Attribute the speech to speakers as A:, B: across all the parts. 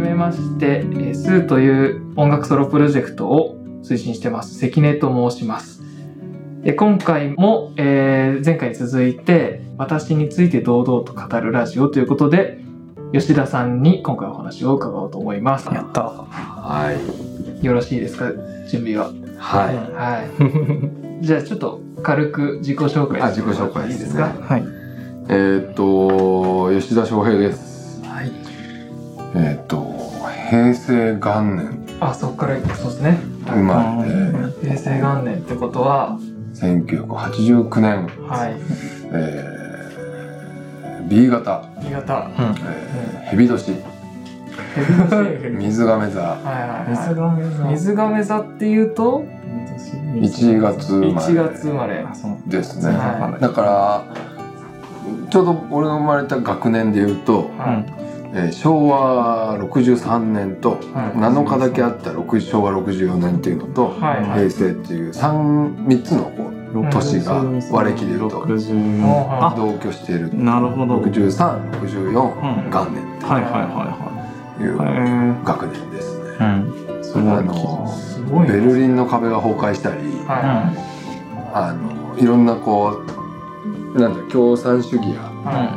A: めまして、えースーという音楽ソロプロジェクトを推進してます。関根と申します。えー今回も、えー前回に続いて、私について堂々と語るラジオということで、吉田さんに今回お話を伺おうと思います。
B: やった。は
A: よろしいですか準備は。
B: い。は。
A: はいい。 じゃあちょっと軽く自己紹介
C: あ
A: して
C: 自己紹介
A: いい
C: ですね
A: ですか
B: はい。
C: えーっと吉田翔平です。
A: はい。
C: えーっと平成元年
A: あ、そこからいくそうですね。
C: 生まれて
A: 平成元年ってことは、
C: 1989年、
A: はい。
C: えー B 型、
A: 新潟。
C: え ー、蛇年
A: ヘビ年。
C: 水亀座
A: はいはい
B: 水
A: は
B: がめ
A: い。水亀座っていうと、
C: 1月生ま
A: 1月生
C: れ
A: まれ。
B: あ、その。
C: ですね。
A: は
C: だからちょうど俺の生まれた学年でいうと、
A: はい。
C: えー昭和63年と
A: はい
C: 7日だけあった6昭和64年っていうのと
A: はいはい
C: 平成っていう 3, 3つのこう年が和暦で言うと
B: 六十。
A: あ
B: あ、
C: 同居している
B: なるほど。う
C: 6364
B: ん。はい
C: 元年
B: はいは
C: という
B: いはい。え
C: 学年ですね。
B: え。うん。すご
C: あ
B: い。
C: の
A: すごい
C: ベ
A: ね。
C: ルリンの壁が崩壊したり
B: う
A: は
B: ん。
C: あのいろんなこうなんだ共産主義や
A: い。は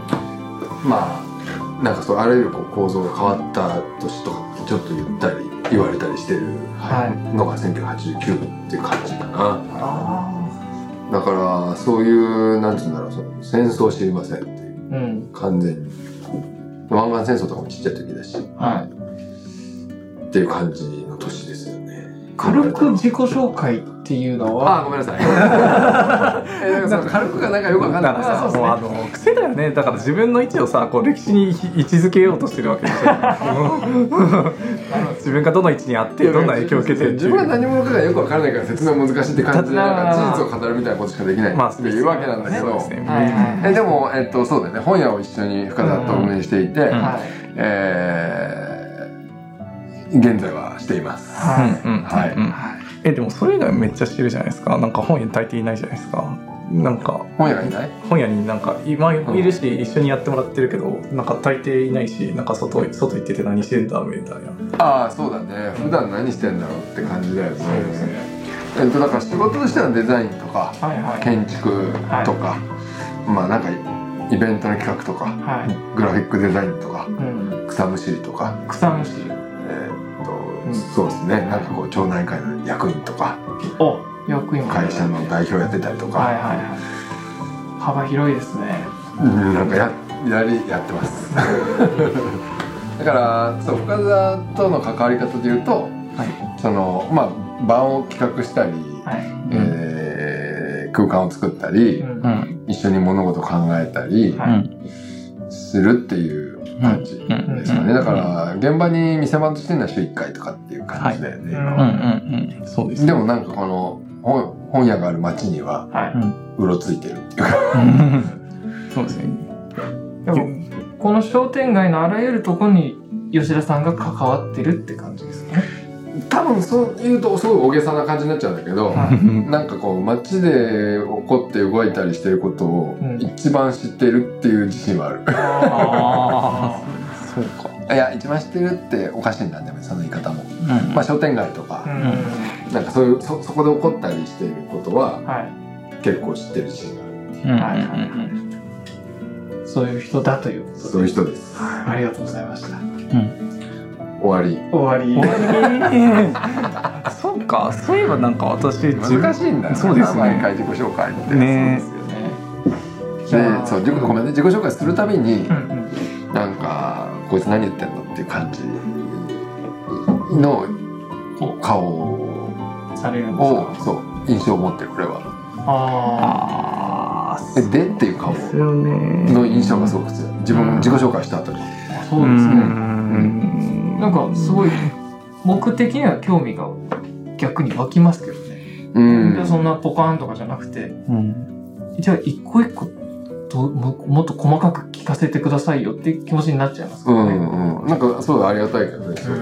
C: まあなんかそうあらゆるこう構造が変わった年とかちょっと言ったり言われたりしてる
A: は
C: のが1989年っていう感じか
A: い。
C: な。
A: あ
C: だからそういうなんつうんだろうその戦争知りませんってい
A: あ。
C: う
A: うん。
C: 完全に湾岸戦争とかもちっちゃい時だし。
A: は
C: っていう感じの年ですよね。
A: い。軽く自己紹介っていうの
C: ああ
A: は、
C: ごめん なさい。えなんかその軽くがなんかよくわかんない
B: だか
C: です。
B: ら
A: あそうっ
B: さ、
A: すね
B: もうあの癖だよね。だから自分の位置をさ、こう歴史に位置づけようとしてるわけでしょ。 自分がどの位置にあってどんな影響を受けてるって
C: 自
B: い
C: 分が
B: う。
C: 何者かがよくわからないから説明難しいって感じでなんか事実を語るみたいなことしかできない
B: まあ、
C: っていうわけなんだけ
B: そう
C: ど
B: です。ね。
A: はいは
C: えでも、えっと、そうだよね本屋を一緒に深田と運営していて、
B: ん
A: はい。
C: えー現在はしています。
A: はい。
B: うんうん
C: はい
B: うんえでもそれ以外めっちゃしてるじゃないですかなんか本屋に大抵いないじゃないですかなんか
C: 本屋がいない
B: 本屋になんか今いるし一緒にやってもらってるけどなんか大抵いないしなんか外外行ってて何してんだみたいな
C: ああそうだね普段何してんだろうって感じだよね。えっと、だから仕事としてはデザインとか
A: はいはい。
C: 建築とか、まあなんかイベントの企画とか
A: はい。
C: グラフィックデザインとか
A: うん。
C: 草むしりとか、
A: 草むしり。
C: えーっと
A: うん
C: そうですねなんかこう町内会の役員とか
A: お、役員。
C: 会社の代表やってたりとか、
A: はいはいはい。幅広いですね。
C: うんなんかややりやってま すだからそう深澤との関わり方でいうと
B: は
C: そのまあ場を企画したり、
A: はい。
B: うん
C: えー空間を作ったり、
A: うん
B: う
A: はい
B: ん
C: 一緒に物事を考えたりするっていう感じ
B: うん
C: ですかね、だから現場に店番としてるのは週1回とかっていう感じだよね、
A: はい
C: 今は
B: うんうんうんそうです
C: でもなんかこの本本屋がある町には
A: は
C: うろついてるっていうか
B: うんそうですね
A: い。でも、この商店街のあらゆるとこに吉田さんが関わってるって感じですかね。
C: 多分そう言うとすごい大げさな感じになっちゃうんだけど、
A: は
C: なんかこう街で起こって動いたりしてることを
A: うん
C: 一番知ってるっていう自信はある、
B: あそうか
C: いや一番知ってるっておかしいんだねその言い方も、
B: うん
C: まあ、商店街とか、
A: うん。
C: なんかそういうそそこで起こったりしていることは
A: は
C: 結構知ってる自信
B: うんうんう
C: がある
A: い。
B: ん
A: はいはいはい。そういう人だということで。
C: そういう人です
A: ありがとうございました。
C: 終わり
A: 終わり。
B: そうかそういえばなんか私自分
C: 難しいんだよな
B: そうですね
C: 毎回自己紹介って
B: ね
A: そうですよね。じゃ
C: で
A: あ
C: そう自己ごめんね自己紹介するたびに
A: うんうん。
C: なんかこいつ何言ってんのっていう感じのこう顔を
A: されるんですか。
C: そう印象を持ってる俺は
A: あ
B: ああ
C: えでっていう顔
B: ですよね
C: の印象がすごく強い自分自己紹介した後に
A: あ。そうですね。
B: ん
A: なんかすごい僕的には興味が逆に湧きますけどね、
C: うん
A: そんなポカーンとかじゃなくて
B: うん
A: じゃあ一個一個とももっと細かく聞かせてくださいよって気持ちになっちゃいますか
C: う
A: らね、
C: んうんなんかすごいありがたいけどねすごい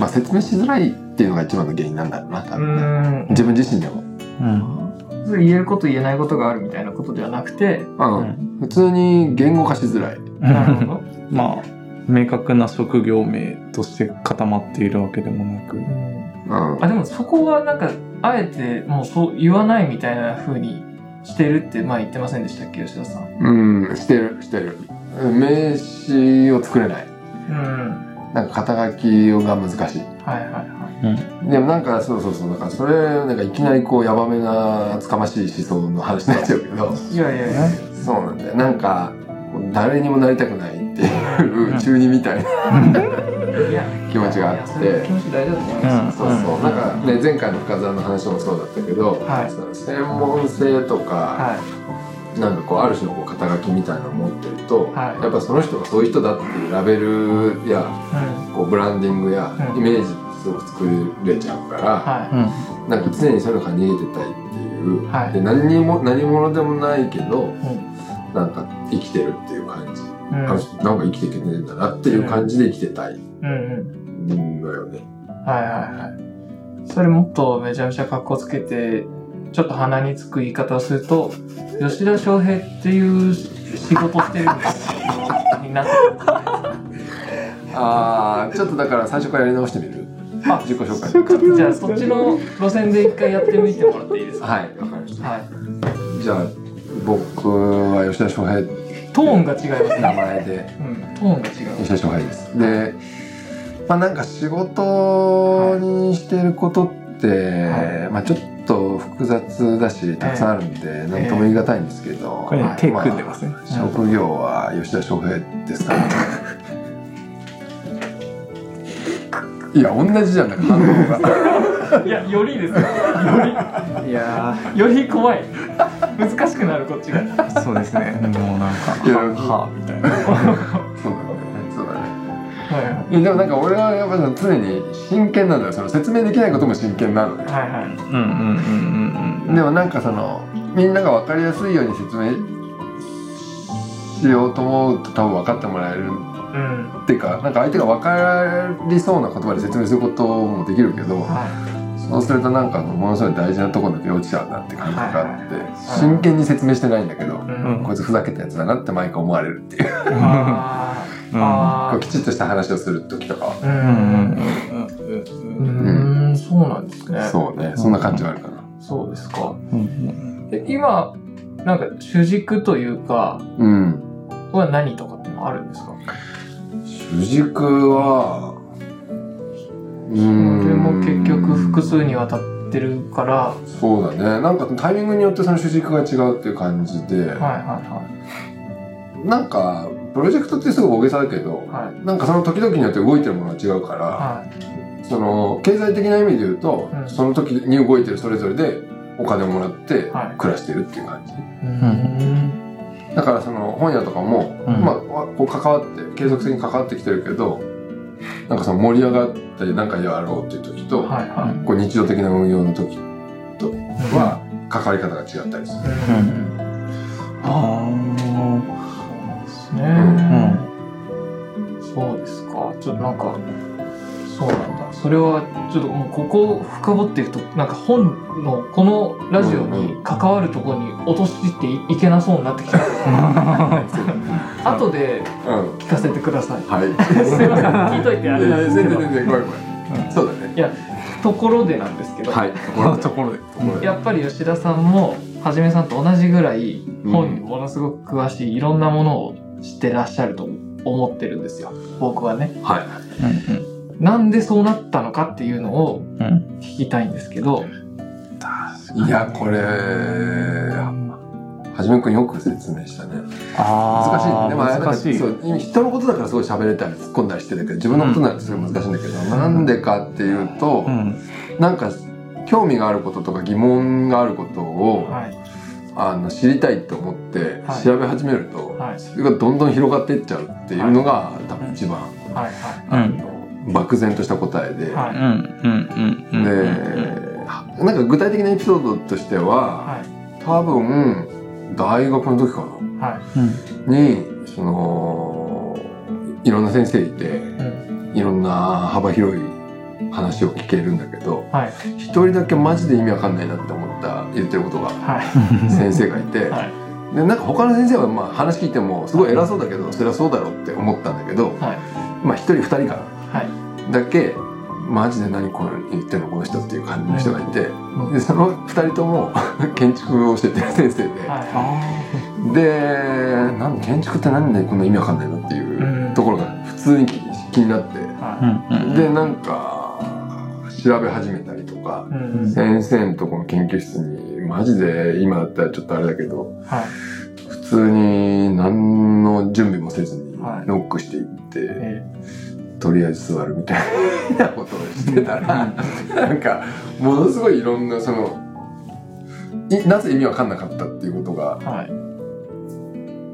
C: まあ説明しづらいっていうのが一番の原因なんだろうな多
A: う
C: 分ね
A: ん、
C: 自分自身でも
B: うん
A: うん言えること言えないことがあるみたいなことではなくて
C: うん普通に言語化しづらい
A: なるほど
B: まあ明確な職業名として固まっているわけでもなく
A: うん
C: うん
A: あでもそこはなんかあえてもうそう言わないみたいな風にしてるって前言ってませんでしたっけ吉田さん。
C: うん、してる、してる。名詞を作れない。
A: うん
C: なんか肩書きが難しい。
A: はいはいは
C: でもなんか、そうそうそう、だからそれ、なんかいきなりこう、ヤバめな、つかましい思想の話になっちゃうけど、
A: い。いやいやいや。
C: そうなんだよ。なんか、こう誰にもなりたくないっていう、中二みたいな。
A: いや
C: 気持ちがあって
A: いやそれは気持ち大事だと思います。
C: そうそう。
B: うん
C: なんかね、前回の深澤の話もそうだったけど、
A: はい
C: その専門性とか、
A: はい
C: なんかこう、ある種のこう肩書きみたいなのを持ってると、
A: はい
C: やっぱその人がそういう人だっていうラベルや、
A: うん
C: こうブランディングや
A: うん
C: イメージをすごく作れちゃうから、
A: は
B: うん
C: なんか常にそういうのから逃げてたいっていう、
A: はい
C: で何にも何者でもないけど、
A: ん
C: なんか生きてるっていう感じ、
A: い。うん
C: あの人なんか生きていけてんだなっていう感じで生きてたい
A: うんうん。
C: のよね。
A: はいはいはい。それもっとめちゃめちゃ格好つけて、ちょっと鼻につく言い方をすると、吉田翔平っていう仕事してるん ですになってくる
C: ああちょっとだから最初からやり直してみる
A: あ
C: 自己紹介
A: じゃあそっちの路線で一回やってみてもらっていいですか
C: はいわかりまし
A: はい。
C: たじゃあ僕は吉田翔平って
A: トーンが違いますね。
C: 名前で。
A: うん、トーンが違う。
C: 吉田翔平です。で、まあなんか仕事にしてることって、
A: は
C: まあちょっと複雑だし、たくさんあるんで、なんとも言い難いんですけど、
B: これね手
C: まあ
B: 組んでますね、
C: 職業は吉田翔平ですかね。 いや、同じじゃんだから 反応が。
A: いや、よりですよ。よ
B: いや
A: り、より怖い。難しくなる、こっちが。は
B: ーそうですねもうなんか
C: いや
B: ははみたいな
C: そうだね。そうだね。
A: い
C: いやでもなんか俺はやっぱ常に真剣なんだよ。その説明できないことも真剣なのね。
A: はいはい。
B: うんうんうんうんうん
C: でもなんかそのみんなが分かりやすいように説明しようと思うと多分分かってもらえる
A: うん。
C: っていうかなんか相手が分かりそうな言葉で説明することもできるけど
A: は
C: そうするとなんかものすごい大事なところだけ落ちちゃうなって感じがあって
A: い
C: 真剣に説明してないんだけど
A: い。う
B: うん
A: ん。
C: こいつふざけたやつだなって毎回思われるっていう
A: あー
C: こ
A: あ
C: うきちっとした話をする時とかは
A: ー。う
B: うん
A: ん。
B: うんうん
A: うーん、そうなんですね。そう
C: そうねそんな感じはあるかな
A: ですか。
B: うん
A: で今、なんか主軸というか、
C: うん
A: は何とかってのあるんですか
C: 主軸はう
A: で
C: ん
A: も結局複数にわたってるから、は
C: そうだねなんかタイミングによってその主軸が違うっていう感じで、
A: いは
C: なんかプロジェクトってすごい大げさだけど
A: いはい。はい。
C: なんかその時々によって動いてるものが違うから、
A: はい。
C: その経済的な意味で言うと、
A: うん
C: その時に動いてるそれぞれでお金をもらって
A: はい
C: 暮らしてるっていう感じ、
A: うーん。
C: だからその本屋とかも、
B: うん
C: まあこう関わって継続的に関わってきてるけどなんかその盛り上がったりなんかやろうっていう時と、
A: はいは
C: こう日常的な運用の時
A: い。
C: は関わり方が違ったりする。
A: うん、うん。
B: あ
A: ですね、そうですか。ちょっとなんか、そうなんだ。それは、ちょっともうここを深掘っていくと、なんか本の、このラジオに関わるところに落としていけなそうになってきた。
B: あ
A: 後で
C: うん
A: 聞かせてください。
C: はい
A: すいません、 聞いとい
C: い
A: てあ
C: や
A: れ
C: い
A: な
C: や
A: んですけ
C: 全
A: ど
C: 然全然怖い怖い、そうだね
A: ところでなんですけど、
C: はい
B: このところで
A: やっぱり吉田さんもはじめさんと同じぐらい本にものすごく詳しいいろんなものを知ってらっしゃると思ってるんですよ僕はね。
C: はい
B: うん
A: なんでそうなったのかっていうのを
B: うんうん
A: 聞きたいんですけど、
C: いやこれはじめくんよく説明したね難しいね
B: あ
C: でもあれ
B: ー
C: なんか
B: 難しい
C: そう人のことだからすごい喋れたり突っ込んだりしてるけど自分のことになるとすごい難しいんだけど、なんでかっていうと、
B: うん
C: なんか興味があることとか疑問があることを、
A: はい
C: あの知りたいと思って
A: はい
C: 調べ始めると、
A: はい
C: それがどんどん広がっていっちゃうっていうのが、多分一番、
A: はいは
B: うん
C: あの漠然とした答えで。
A: いは
B: う
A: い
B: んうんうんうんうん
C: で、なんか具体的なエピソードとしては、
A: はい
C: 多分、大学の時か
A: はい
C: な、に、その、いろんな先生いて、いろんな幅広い話を聞けるんだけど、
A: はい
C: 一人だけマジで意味わかんないなって思った、言ってることが、
A: はい
C: 先生がいて、
A: はい
C: でなんか他の先生はまあ話聞いてもすごい偉そうだけどそりゃそうだろうって思ったんだけど、
A: はい
C: まあ一人二人か
A: はい
C: なだけマジで何これ言ってるのこの人っていう感じの人がいて、
A: うん
C: でその二人とも 建築を教えてる先生で、
A: は
C: でなん建築って何でこんな意味わかんないのっていううんところが普通に気気になって、
A: いは
D: ん
C: でなんか調べ始めたりとか
A: いうん
C: 先生のとこの研究室にマジで今だったらちょっとあれだけど
A: はい
C: 普通に何の準備もせずに
A: はい
C: ノックしていって、
A: え
C: とりあえず座るみたいなことをしてたらなんかものすごいいろんなそのいなぜ意味わかんなかったっていうことが
A: ーはい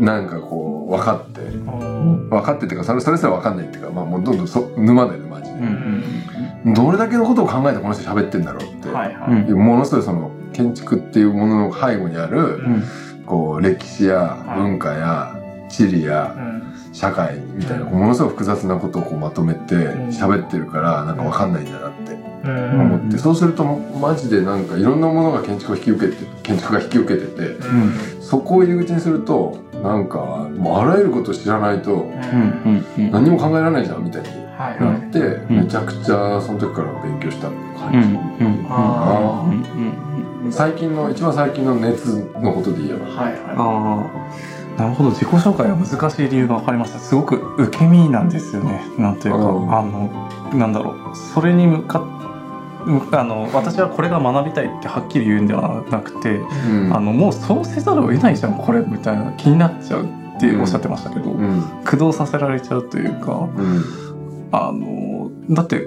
C: なんかこう分かって
A: うん
C: 分かってっていうかそれそれすら分かんないっていうか、まあ、もうどんどんそ沼だよねマジで、どれだけのことを考えてこの人喋ってんだろうって、
A: はいはい
D: うん
C: ものすごいその建築っていうものの背後にある
A: うん
C: こう歴史や
A: はい
C: 文化や地理や
A: うん
C: 社会みたいなこうものすごい複雑なことをこうまとめて
A: ん
C: 喋ってるからなんか分かんないんだなって
A: うん
C: 思ってそうするとマジでなんかいろんなものが建築を引き受けて建築が引き受けてて
A: うん
C: そこを入り口にするとなんかもうあらゆることを知らないと
A: うん
C: 何も考えられないじゃんみたいに
A: はいは
C: ないって
D: ん
C: めちゃくちゃその時から勉強したって感じ。
A: あ
C: 最近の一番最近の熱のことで言えば
A: ーはいは
D: あ
B: なるほど自己紹介が難しい理由が分かりましたすごく受け身なんですよねなんというか、
C: うん
B: あのなんだろうそれに向かっあの私はこれが学びたいってはっきり言うんではなくて、
C: うん
B: あのもうそうせざるを得ないじゃんこれみたいな気になっちゃうっておっしゃってましたけど、
C: うん
B: 駆動させられちゃうというか
C: うん
B: あのだって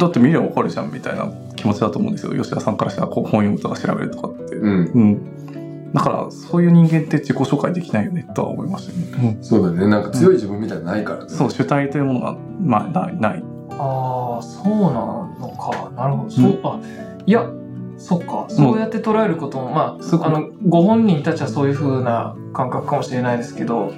B: だって見れば分かるじゃんみたいな気持ちだと思うんですよ吉田さんからしたらこう本読むとか調べるとかって、
C: うん
B: うん、だからそういう人間って自己紹介できないよねとは思いましたね、
C: そうだねなんか強い自分みたいなのないからね
B: そう主体というものが、まあ、ないない
A: いああそうなのかなるほどそうあいやそっかそうやって捉えることもま
B: そ
A: ああ
B: こ
A: のご本人たちはそういう風な感覚かもしれないですけど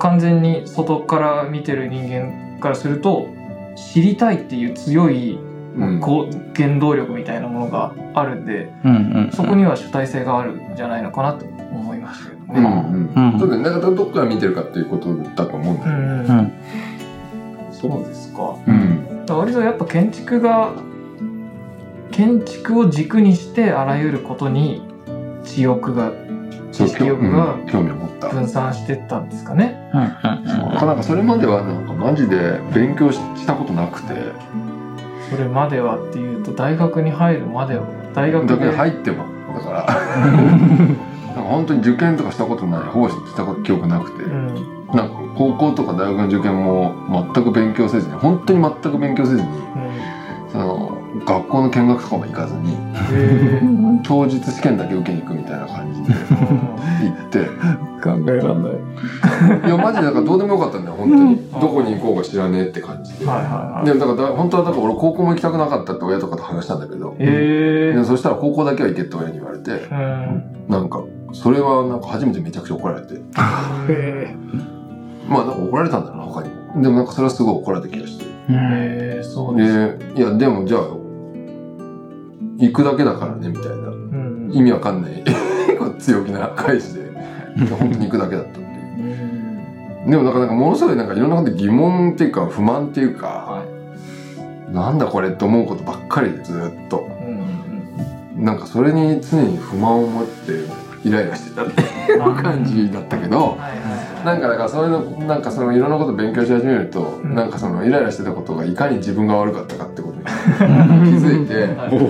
A: 完全に外から見てる人間からすると知りたいっていう強い
C: うん
A: こう原動力みたいなものがあるんでそこには主体性があるんじゃないのかなと思いましたけど
C: う
A: ね。
C: んうん
D: うん
C: そうだねなんかどっから見てるかっていうことだと思うんだ
A: う
C: よ
A: ん
D: うん
A: そうですか。
C: うん
A: 割とやっぱ建築が建築を軸にしてあらゆることに知欲が
C: そう
A: 知識欲が
C: うん興味を持った
A: 分散してったんですかね。
C: なんかそれまではなんかマジで勉強ししたことなくて
A: それまではっていうと大学に入るまでは大学
C: だけ
A: で
C: ど入ってもだからなんか本当に受験とかしたことないほぼしたこと記憶なくて
A: うん
C: なんか高校とか大学の受験も全く勉強せずに本当に全く勉強せずに
A: うんへ
C: その学校の見学とかも行かずに
A: え
C: 当日試験だけ受けに行くみたいな感じで行って
B: 考えられない
C: いやマジでなんかどうでもよかったんだよ本当に、どこに行こうか知らねえって感じで、
A: はいはいはい。
C: でもだからだ本当はだから俺高校も行きたくなかったって親とかと話したんだけど、
A: ええ
C: でもそしたら高校だけは行けって親に言われて
A: うん
C: なんかそれはなんか初めてめちゃくちゃ怒られて
A: へ
C: まあなんか怒られたんだろうな他にもでもなんかそれはすごい怒られた気がして
A: えそうです。
C: でいやでもじゃあ行くだけだからねみたいな
A: うん
C: 意味わかんない こう強気な返 しで本当に行くだけだったっていう。
A: うん
C: でもなんかなんかものすごいなんかいろんなこと疑問っていうか不満っていうか、
A: は
C: なんだこれって思うことばっかりでずっと
A: いうんうん
C: なんかそれに常に不満を持ってイライラしてたっていう
A: うん
C: 感じだったけど
A: はいはい
C: なんかだからそういうのなんかそのいろんなこと勉強し始めると、
A: ん
C: なんかそのイライラしてたことがいかに自分が悪かったかってことに気づいて
A: はい。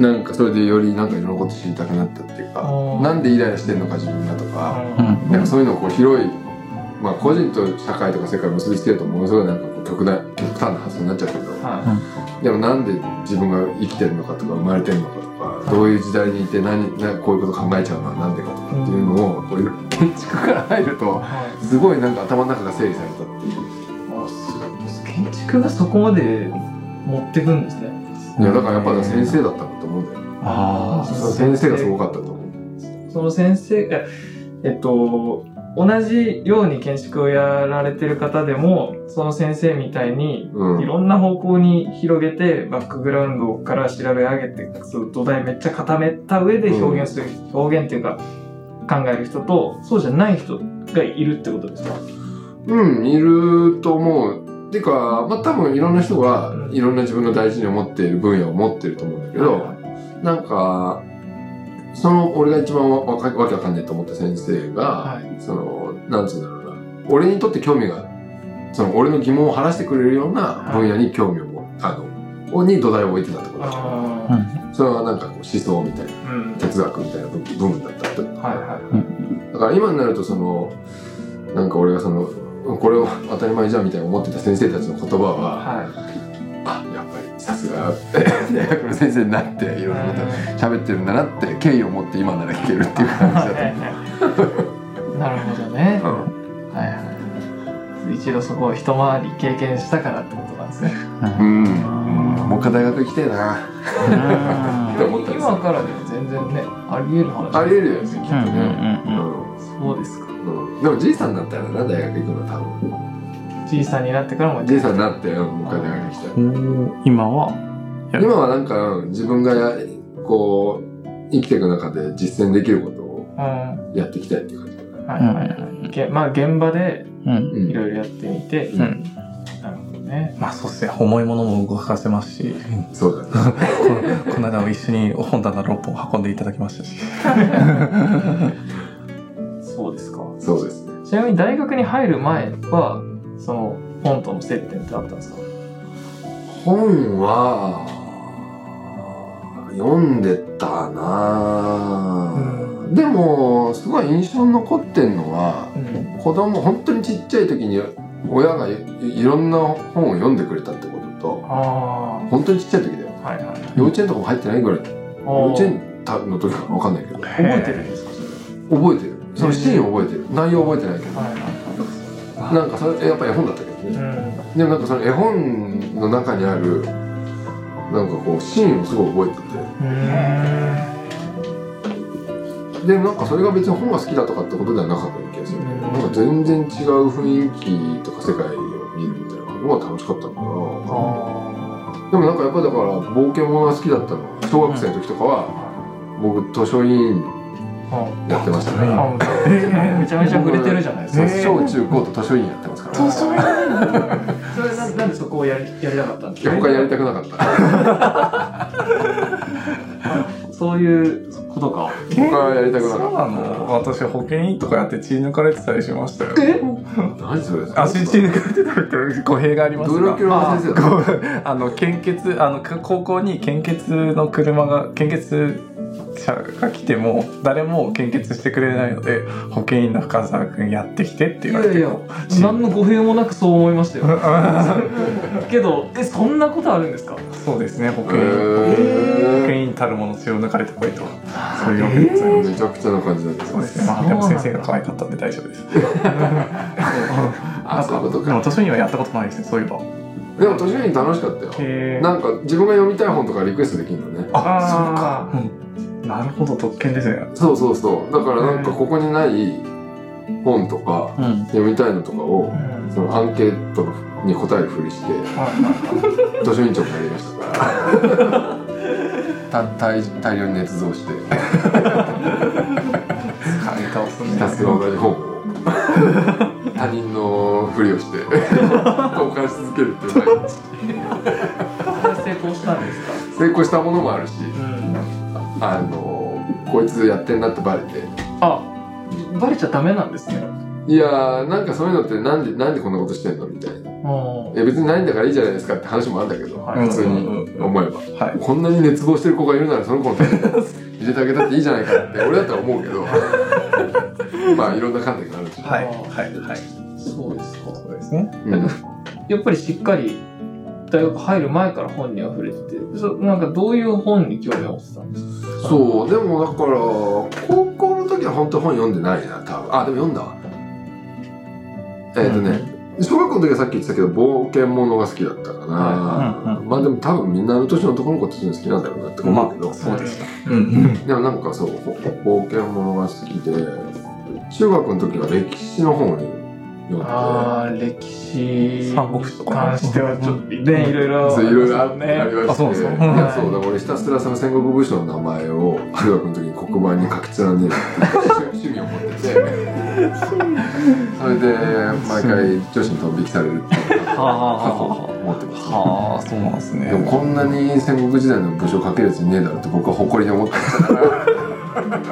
C: なんかそれでよりなんかいろんなこと知りたくなったっていうか
A: おー
C: なんでイライラしてんのか自分がとか。
A: うん
C: なんかそういうのをこう広い、まあ、個人と社会とか世界を結びつけるとものすごいなんかこう極端極端な発想になっちゃうけど
A: は
C: でもなんで自分が生きてるのかとか生まれてるのかとかどういう時代にいて何なこういうこと考えちゃうのはなんでかとかっていうのをこういう建築から入ると
A: いはい
C: すごいなんか頭の中が整理されたっていう。
A: あそう建築がそこまで持ってくんですね。
C: いやだからやっぱ先生だったんだと思うんだよ、ね、
D: あ
A: ー
C: 先生がすごかったと思う
A: その先生がえっと同じように建築をやられてる方でもその先生みたいに
C: うん
A: いろんな方向に広げてバックグラウンドから調べ上げてそう土台めっちゃ固めた上で表現する、表現っていうか考える人とそうじゃない人がいるってことですか
C: うん、いると思う。てか、まあ、多分いろんな人がいろんな自分の大事に思っている分野を持ってると思うんだけど、なんか、その、俺が一番わわかわけわかんないと思った先生が、
A: はい
C: その、なんつうんだろうな。俺にとって興味が、その、俺の疑問を晴らしてくれるような分野に興味を持、あの、をに土台を置いてたってことだと思う
A: あ
C: それはなんかこう思想みたいな、
A: ーうん
C: 哲学みたいな部分だったってこと
A: はいは
C: だから今になるとそのなんか俺がそのこれを当たり前じゃんみたいに思ってた先生たちの言葉は、
A: いは
C: あやっぱりさすが大学の先生になっていろんなこ
A: い
C: と喋ってるんだなって敬意を持って今なら聞けるっていう感じだと
A: なるほどね。
C: 思う。
A: はいはい。一度そこを一回り経験したからってことなんですね。
C: うん、うんもう一回大学行きたいな。って思ったんですよ
A: 今からでも全然ね、あり得る話。
C: ありえるよね、きっと
D: うんうん
C: ね。
D: うんうん
A: そうですか。
C: うんうんでもじいさんだったらな大学行くの多分
A: じいさんになってからも
C: じいさんになってうんもう一回大学行きたい
D: おー今は
C: 今はなんかうん自分がやこう生きていく中で実践できることを
A: うん。は
C: やっていきたいっていう感じかな。
A: いはいはい。げまあ現場で
D: うん
C: うん
A: いろいろやってみて、
C: うん
A: なるほどね。
B: まあそうですね重いものも動かせますし
C: そうだね。
B: ここの間も一緒に本棚6本運んでいただきましたし
A: そうですか。
C: そうですね。
A: ちなみに大学に入る前は、その本との接点ってあったんですか
C: 本は、読んでたなぁ、でも、すごい印象に残ってんのは、
A: うん。
C: 子供、本当にちっちゃい時に親がいいろんな本を読んでくれたってことと、
A: あ
C: 本当にちっちゃい時だよ。
A: あ。はいはい。
C: 幼稚園とかも入ってないぐらい。幼
A: おー
C: 稚園の時かわかんないけど、
A: 覚えてるんですかそれ
C: 覚えてる。そのシーン覚えてる。内容覚えてないけど。
A: はいはいは
C: なんかそれ、やっぱ絵本だったけど
A: い。
C: ね。
A: うん。
C: でもなんかその絵本の中にあるなんかこうシーンをすごい覚
A: う
C: え
A: ーん
C: ててでなんかそれが別に本が好きだとかってことではなかったような気がするなんか全然違う雰囲気とか世界を見るみたいなのが楽しかったのか
A: あ
C: なでもなんかやっぱりだから冒険者が好きだったのは小学生の時とかは僕図書委員
A: ー
C: やってましたから
A: あめちゃめちゃ触れてるじゃないです
C: そう
A: か。
C: 小中高と図書委員やってますから
A: 図書委員それなんなんでそこをやりやりたかったんです
C: いや
A: か
C: 他やりたくなかった
A: そういうことか。
C: 他はやりたくな
B: そうな
C: かっ
B: の私保健委員とかやって血抜かれてたりし ましたよ
C: た何それ
B: 足血抜かれてたりって語弊があります
C: ド
B: が
C: ロキュロの先生だっ
B: こう あの献血あのか高校に献血の車が献血者が来ても誰も献血してくれないので保健員の深澤君やってきてって
A: い
B: 言わ
A: や
B: れて
A: いや、何の語弊もなくそう思いましたよ。けど、え、そんなことあるんですか
B: そうですね保
C: た
B: 健
C: へ
B: 員保
C: ー
B: 健員たるもの血を抜かれてこいとそういうわけでございます
C: めちゃくちゃな感じだった
B: そうですねまあでも先生が可愛かったんで大丈夫です
C: あそういうこと
B: でも
C: か
B: 図書にはやったことないですねそういえば
C: でも図書院楽しかったよ
B: へ
C: なんか自分が読みたい本とかリクエストできるのね
B: あそうかなるほど特権ですね
C: そうそうそうだからなんかここにない本とか
D: うん
C: 読みたいのとかを
A: うん
C: そのアンケートに答えるふりして図書委員長になりましたからた大大量に捏造して
B: 使い倒す
C: ひたすら同じ本を他人のふりをして交換し続けるっていう毎日
A: それ成功したんですか
C: 成功したものもあるし
A: うん。
C: あのこいつやってんなってバレて
A: あ、バレちゃダメなんですね。
C: いやーなんかそういうのってなんでなんでこんなことしてんのみたいな
A: うん
C: いや別にないんだからいいじゃないですかって話もあるんだけど、
A: はい
C: 普通に思えば、
B: はい
C: こんなに熱望してる子がいるならその子のために入れてあげたっていいじゃないかって俺だったら思うけどまあいろんな観点があるし、
B: はいはいはい
A: そうですか。
B: そうですね
C: うん
A: やっぱりしっかり大学入る前から本には触れててそなんかどういう本に興味を持ってたんですか
C: そうでもだから高校の時は本当に本読んでないな多分あでも読んだわえっ、とね、小学校の時はさっき言ってたけど冒険ものが好きだったかな、
D: はいうん
C: まあでも多分みんなあの年の男の子たちの好きなんだろうなって思うけど、
B: そうでした
C: うんでもなんかそうほ冒険ものが好きで中学の時は歴史の本を読ような
A: ああ、歴史
B: 三国志と
A: に
B: か
A: 関してはちょっとね、いろいろ。
C: そういろいろあってあ
A: ね
C: り。ま
B: あそう
C: し
B: そ
C: て
B: う
C: い
B: うん
C: やそうだから俺ひたすらその戦国武将の名前を中学の時に黒板に書き連ねるっていう趣味を持ってて それで毎回女子に飛び引きされるっていう
B: はあはあは
C: 思ってます
B: あはあそうなんですね
C: でもこんなに戦国時代の武将書けるやついねえだろって僕は誇りに思ってたから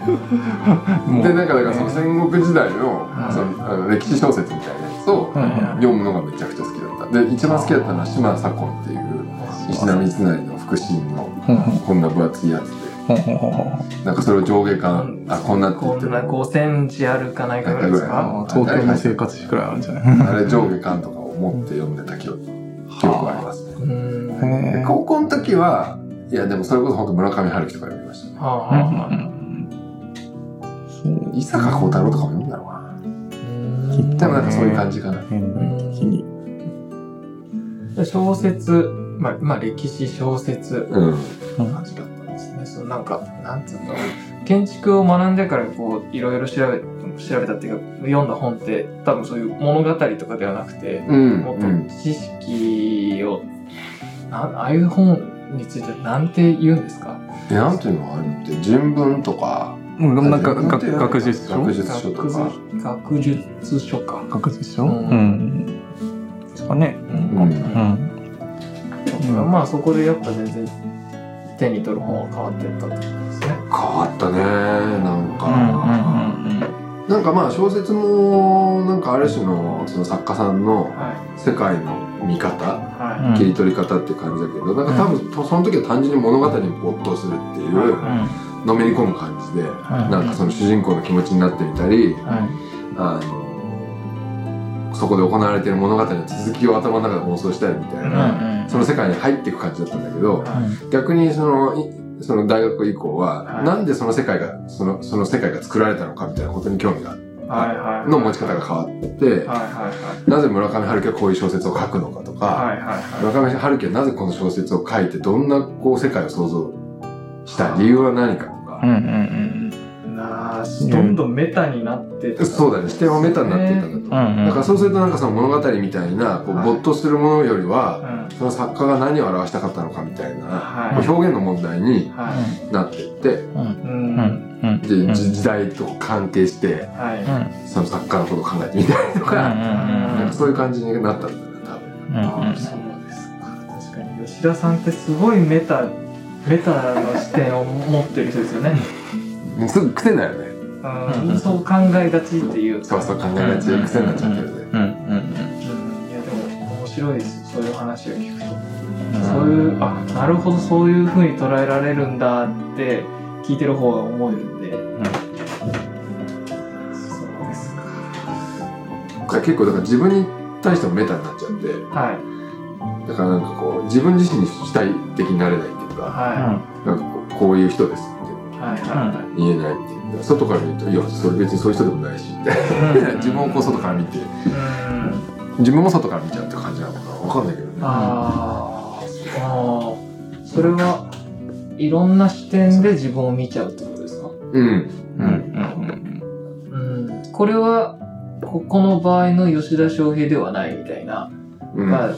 B: もう
C: でなんかだからその戦国時代の
A: うん
C: そのあの歴史小説みたいなやつを
B: はいは
C: 読むのがめちゃくちゃ好きだったで一番好きだったのは島左近っていう石田三成の腹心の
B: いふんふん
C: こんな分厚いやつ
B: ふんふんふんふん
C: でなんかそれを上下巻あこんなって言
A: こ
C: って
A: んな5センチあるかないかぐらいですか。
B: あ東京の生活費くらいあるんじゃない
C: あれ上下巻とかを持って読んでた記憶記憶がありますね
A: うーん。は
B: へ
C: で
B: え
C: 高校の時はいやでもそれこそ本当村上春樹とか読みましたね
A: あは
B: うん
A: あはあ。
B: そう
C: 伊坂幸太郎とかも読んだろうな
A: うーん
B: きっ
C: で
B: と
C: もなんかそういう感じかな。
A: うん
B: 気に
A: で小説、まあ、まあ歴史小説
C: うん。
A: 感じだったんですね。そのなんか、なんつうんだろう。建築を学んでからこう、いろいろ調べ、調べたっていうか、読んだ本って多分そういう物語とかではなくて、
C: うん。
A: もっ
C: うん。
A: と知識を、なんああいう本についてなんて言うんですか
C: え、なんていうのあれって、人文とか、
B: うんでもなんか
C: 人文っ
B: 学
C: ていう
B: 学術書
C: 学術書とか。
A: 学術書か。
B: 学術書
A: う
B: うんんですかね
A: う
C: うん
A: ん
B: うんうん
A: まあそこでやっぱ全然手に取る本は変わってったってことですね。
C: 変わったね、なん
B: うん
C: か。
B: うんうん
C: なんかまあ小説も、なんかある種の、その作家さんの
A: は
C: 世界の見方
A: い。、は
B: うん
C: 切り取り方って感じだけど、なんか多分、その時は単純に物語に没頭するっていうう、
A: ん
C: のめり込む感じで、
B: はい
C: なんかその主人公の気持ちになってみたり、
B: はい
C: あの、そこで行われている物語の続きを頭の中で妄想したりみたいな。
B: うん
C: その世界に入っていく感じだったんだけど、
B: はい
C: 逆にその、いその大学以降は、
A: はい
C: なんでその世界が、その、その世界が作られたのかみたいなことに興味が、
A: い。はいはい。
C: の持ち方が変わって、
A: はいはい
C: なぜ村上春樹はこういう小説を書くのかと
A: は
C: か、
A: い。はいはいは
C: 村上春樹はなぜこの小説を書いて、どんなこう世界を想像した理由は何かと
B: う
C: か、
B: んうん
A: い。なあ、どんどんメタになってった
C: そうだね、視点はメタになっていったんだ
B: う
C: と。
B: んうん
C: だからそうするとなんかその物語みたいな、こう、
A: はい
C: 没頭するものより
A: う
C: は、
A: ん。
C: その作家が何を表したかったのかみたいな、
A: は
C: 表現の問題
A: い。
C: に
A: は
C: なっていって、
A: い。う。
B: うんんうん
C: で、
B: うん
C: じ時代と関係して
A: はい。
B: うん
C: その作家のことを考えてみたりとか,、
B: うん
C: なんかそういう感じになったんだよね
B: うんうんうん
A: あそうですか。確かに。吉田さんってすごいメタ、メタの視点を持ってる人ですよね。
C: 多分すぐ癖になるよね
A: うんそう考えがちっていうか。
C: そうそう考えがちで癖になっちゃってるね、
B: うんうん
A: うんいやでも面白いですそういう話を聞くと
B: うん
A: そういうあなるほどそういう風に捉えられるんだって聞いてる方が思えるんで、そうですか
C: だから結構だから自分に対してもメタになっちゃって
A: はい
C: だからなんかこう自分自身に主体的になれないっていうか
A: は
C: なんかこうこういう人ですって
A: い、はいは
C: 言えないっていうか外から見るといやそれ別にそういう人でもないしみたいな 自分をこう外から見て
A: いうん
C: 自分も外から見ちゃうって感じなのかなわかんないけどね
A: あーあーそれはいろんな視点で自分を見ちゃうってことですか
C: うん
B: うんうん
A: うんこれはここの場合の吉田翔平ではないみたいな
C: うん、
A: まあ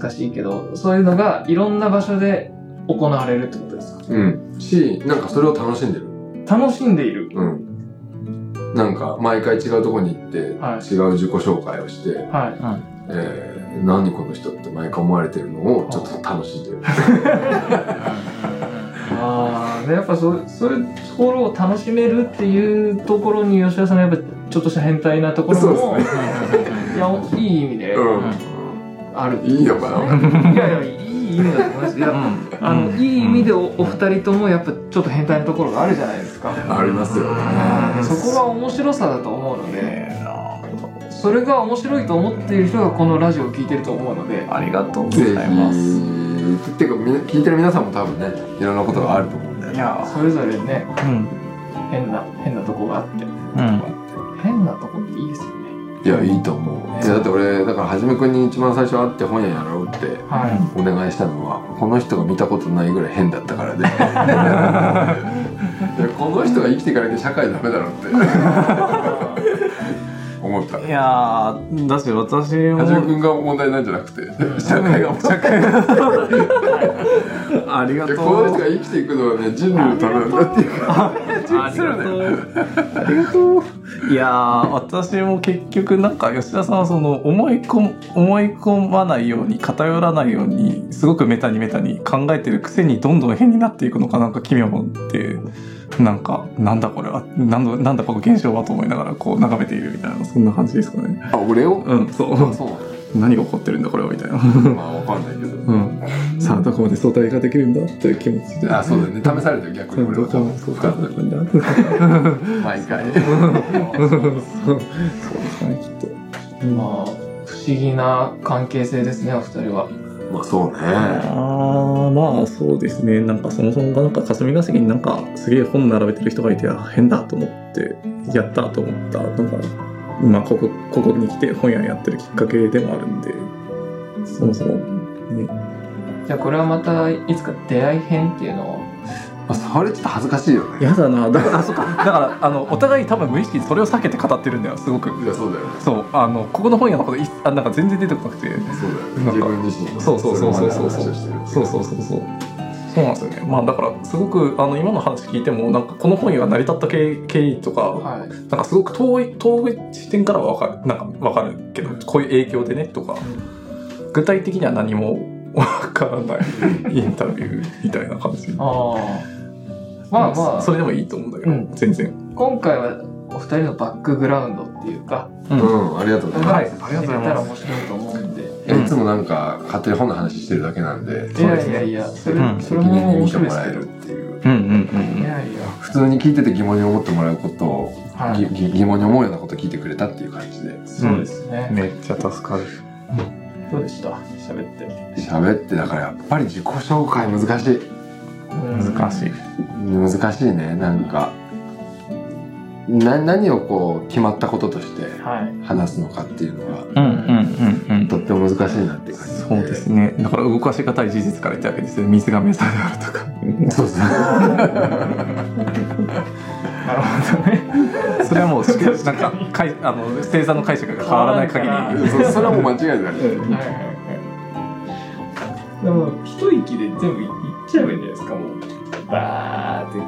A: 難しいけどそういうのがいろんな場所で行われるってことですか
C: うんしなんかそれを楽しんでる
A: 楽しんでいる
C: うん。なんか、毎回違うとこに行って、
A: はい
C: 違う自己紹介をして、
A: はい
C: えー、何この人って毎回思われてるのをちょっと楽しんでる。
A: ああやっぱそそれそこを楽しめるっていうところに吉田さんのやっぱちょっとした変態なところも
C: そうです
A: いやおいい意味で
C: うん。
A: ある、
C: いいのかない
A: やいやいい意味だと思いますいやあの、いい意味でおお二人ともやっぱちょっと変態なところがあるじゃないですか、
C: ありますよね。
A: そこが面白さだと思うので
B: ええな
A: それが面白いと思っている人がこのラジオを聞いてると思うので
B: ありがとうご
C: ぜひ
B: ざいます。
C: っていうか、みんな聞いてる皆さんも多分ね、いろんなことがあると思うんだよ
B: い
C: ね。
B: や
A: それぞれね
B: うん
A: 変な変なとこがあって
B: うん
A: 変なとこっていいですよね
C: いや、いいと思う。いやだって俺、だから、はじめくんに一番最初会って本屋やろうって
A: はい
C: お願いしたのは、この人が見たことないぐらい変だった からで。 いやこの人が生きていかなきゃ社会ダメだろうって。思思った。
B: いやーだし私
C: はじめ
B: も
C: 君が問題なんじゃなくて、社会が問題。
B: ありがと
C: で
B: う
C: この人が生きていくのはね、人類のためなんだっていうか。
B: ありがとう。ありがとう。いやー、私も結局なんか吉田さんはその思いこん思い込まないように偏らないようにすごくメタにメタに考えてるくせにどんどん変になっていくのかなんか奇妙ってなんかなんだこれはなんだなんだこの現象はと思いながらこう眺めているみたいなそんな感じですかね。
C: あ、俺を
B: うん、そう。
C: そう
B: 何が起こってるんだこれはみたいな。
C: なのまあ、わかんないけど。
B: うん。さあどこまで相対ができるんだ という気持ちで。
C: あ、そうだよね。試されてる逆に俺
B: どこ
C: は
B: もそうか。
C: 毎回。
B: そうですかねきっと。
A: まあ、不思議な関係性ですね、お二人は。
C: まあ、そうね。
B: あーまあそうですねなんかそもそもがなんか霞が関になんかすげえ本並べてる人がいてあ変だと思ってやったと思ったのがまあここここに来て本屋やってるきっかけでもあるんでそもそも、ね、
A: じゃあこれはまたいつか出会い編っていうのを。
C: まあ、触れてた恥ずかしいよね。
B: やだなだからあそっかだからあのお互い多分無意識にそれを避けて語ってるんだよすごく
C: いや、そうだよね。
B: そうあのここの本屋のこといあなんか全然出てこなくて
C: そう
B: な
C: だよね。
B: ん
C: 自
B: か
C: 分自身の
B: そうそうそうそうそう
C: れまでの話をしてる
B: そうそうそうそう。そうなんですよね。まあだからすごくあの今の話聞いてもなんかこの本が成り立った経経緯とか
A: はい。
B: なんかすごく遠い遠い視点からはわかるなんかわかるけどこういう影響でねとか具体的には何も わからないイ ンタビューみたいな感じ。
A: ああ。まあま
B: そ
A: あ、
B: れでもいいと思うんだけど、
A: うん
B: 全然。
A: 今回はお二人のバックグラウンドっていうか、
C: うん、ありがとうございま
B: はい
A: 知れたら面白いと思うんで。
C: す。いつもなんか、勝手に本の話してるだけなんで、
A: いやいやいや、それ,、
D: うん
A: それも面
C: 見て
A: 白い
C: も
A: です
C: らえ
A: けど
C: る。っていう。
D: うんうん
A: いやいや、
C: 普通に聞いてて疑問に思ってもらうことを、
A: は
C: ぎ
A: い。
C: ぎ疑問に思うようなことを聞いてくれたっていう感じで
A: そうですね。
D: めっちゃ助かる。
A: どうでした喋って。
C: 喋ってだからやっぱり自己紹介難しい
A: 難しい。
C: 難しいねなんかな何をこう決まったこととして
A: はい。
C: 話すのかっていうのが
D: うんうんうんうん。
C: とっても難しいなって感じ
B: そうですね。だから動かし方い事実から言ったわけですよ。水が目覚めあるとか。
C: そうそう
A: なるほどね。
B: それはもうなんかかいあの生産の解釈が変わらない限
A: 変わらない
B: り。
C: そそれはもう間違いない
A: はいはいはい。でも、一息で全部いっちゃえばいいんじゃないですか、もう。バーって。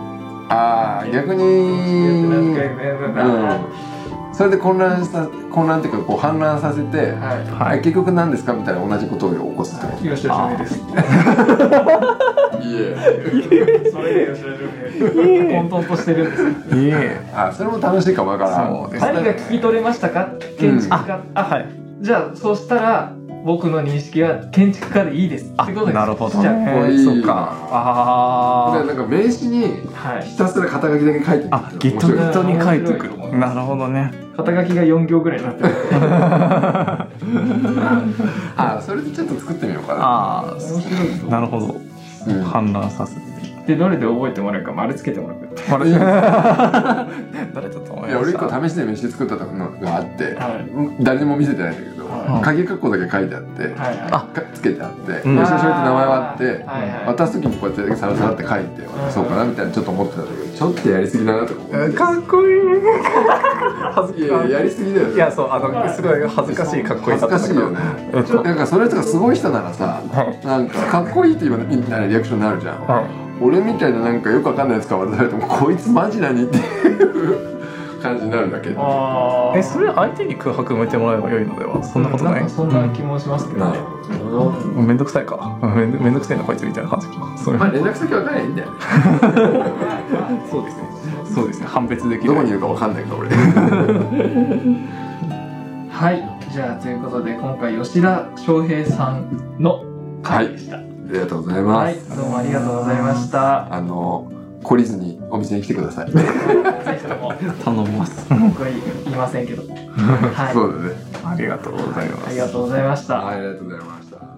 C: ああ逆に
A: 何回目だな。
C: うんそれで混乱した混乱っていうかこう反乱させて
A: は
B: はい。
C: 結局何ですかみたいな同じことを起こすってこ
A: い。吉田純平です。
C: といえ
A: それで吉田純平。混沌としてるんです。
B: いえ。
C: あそれも楽しいかもわからん
B: そうですね
A: 何が聞き取れましたか建築家。あ、
B: はい。
A: じゃあそうしたら僕の認識は建築家でいいですってことです
B: なるほど
A: じ
B: ね。
A: ゃ
C: こいい
B: そうか。あ
C: で
B: あ。
C: なんか名刺に
A: あはい
C: ひたすら肩書きだけ書いて
B: あ、
C: み
B: ギ
C: る
B: ッ
C: 面
B: トギット
C: 白い
B: に書いて
A: 面白
B: く
A: いと思い
B: る。なるほどね。
A: 肩書きが4行ぐらいになってる
C: あそれでちょっと作ってみようかな
B: あ
A: 面白い
B: あ。
A: ぞ
B: なるほど。
C: うん
B: 反乱させて。
A: でどれで覚えてもらうか丸つけてもらう
B: あれ。誰だと思いました。
C: いや俺一個試しで飯作ったのがあって、
A: はい
C: 誰にも見せてないんだけど、
A: はい
C: 鍵括弧だけ書いてあって、
A: はいはい
C: かつけてあって、
B: ん
C: 吉田翔って名前はあって、
A: はいはい
C: 渡す時にこうやってサラサラって書いて渡そうかなみたいなちょっと思ってたんだけどちょっとやりすぎだなとか思って
B: かっこいい。恥ず
C: いやいやや
B: か
C: りすぎだよ
B: しい。
C: ね
B: いや、そう、あの、すごい恥ずかしい、かっこいい
C: 恥
B: さ
C: ず
B: だ
C: か
B: った
C: し
B: け
C: い
B: ど。
C: よねなんかそれとかすごい人ならさなんかかっこいいって言わみたいなリアクションになるじゃん、
B: はい
C: 俺みたいななんかよくわかんないやつから渡されてもこいつマジ何っていう感じになるだけ
A: あ
B: え、それ相手に空白埋めてもらえば良いのでは。そんなことない。
A: んかそんな気もしますけどね
B: めんどくさいか。めんどめんどくさいな、こいつみたいな感じか。それ
C: まあ連絡先わかんないんだよね
B: そうですね。そうですね。判別できる。
C: どこにいるかわかんないから俺
A: はいじゃあということで今回吉田翔平さんの回でした
C: ありがとうござい
A: は
C: ま
A: い
C: す、
A: どうもありがとうございました
C: あの懲りずにお店に来てください
A: ぜひとも
B: 頼みます。
A: 僕は言 いませんけどはい
C: そうだね
B: ありがとうございます
A: あり。がとうございました
C: はいありがとうございました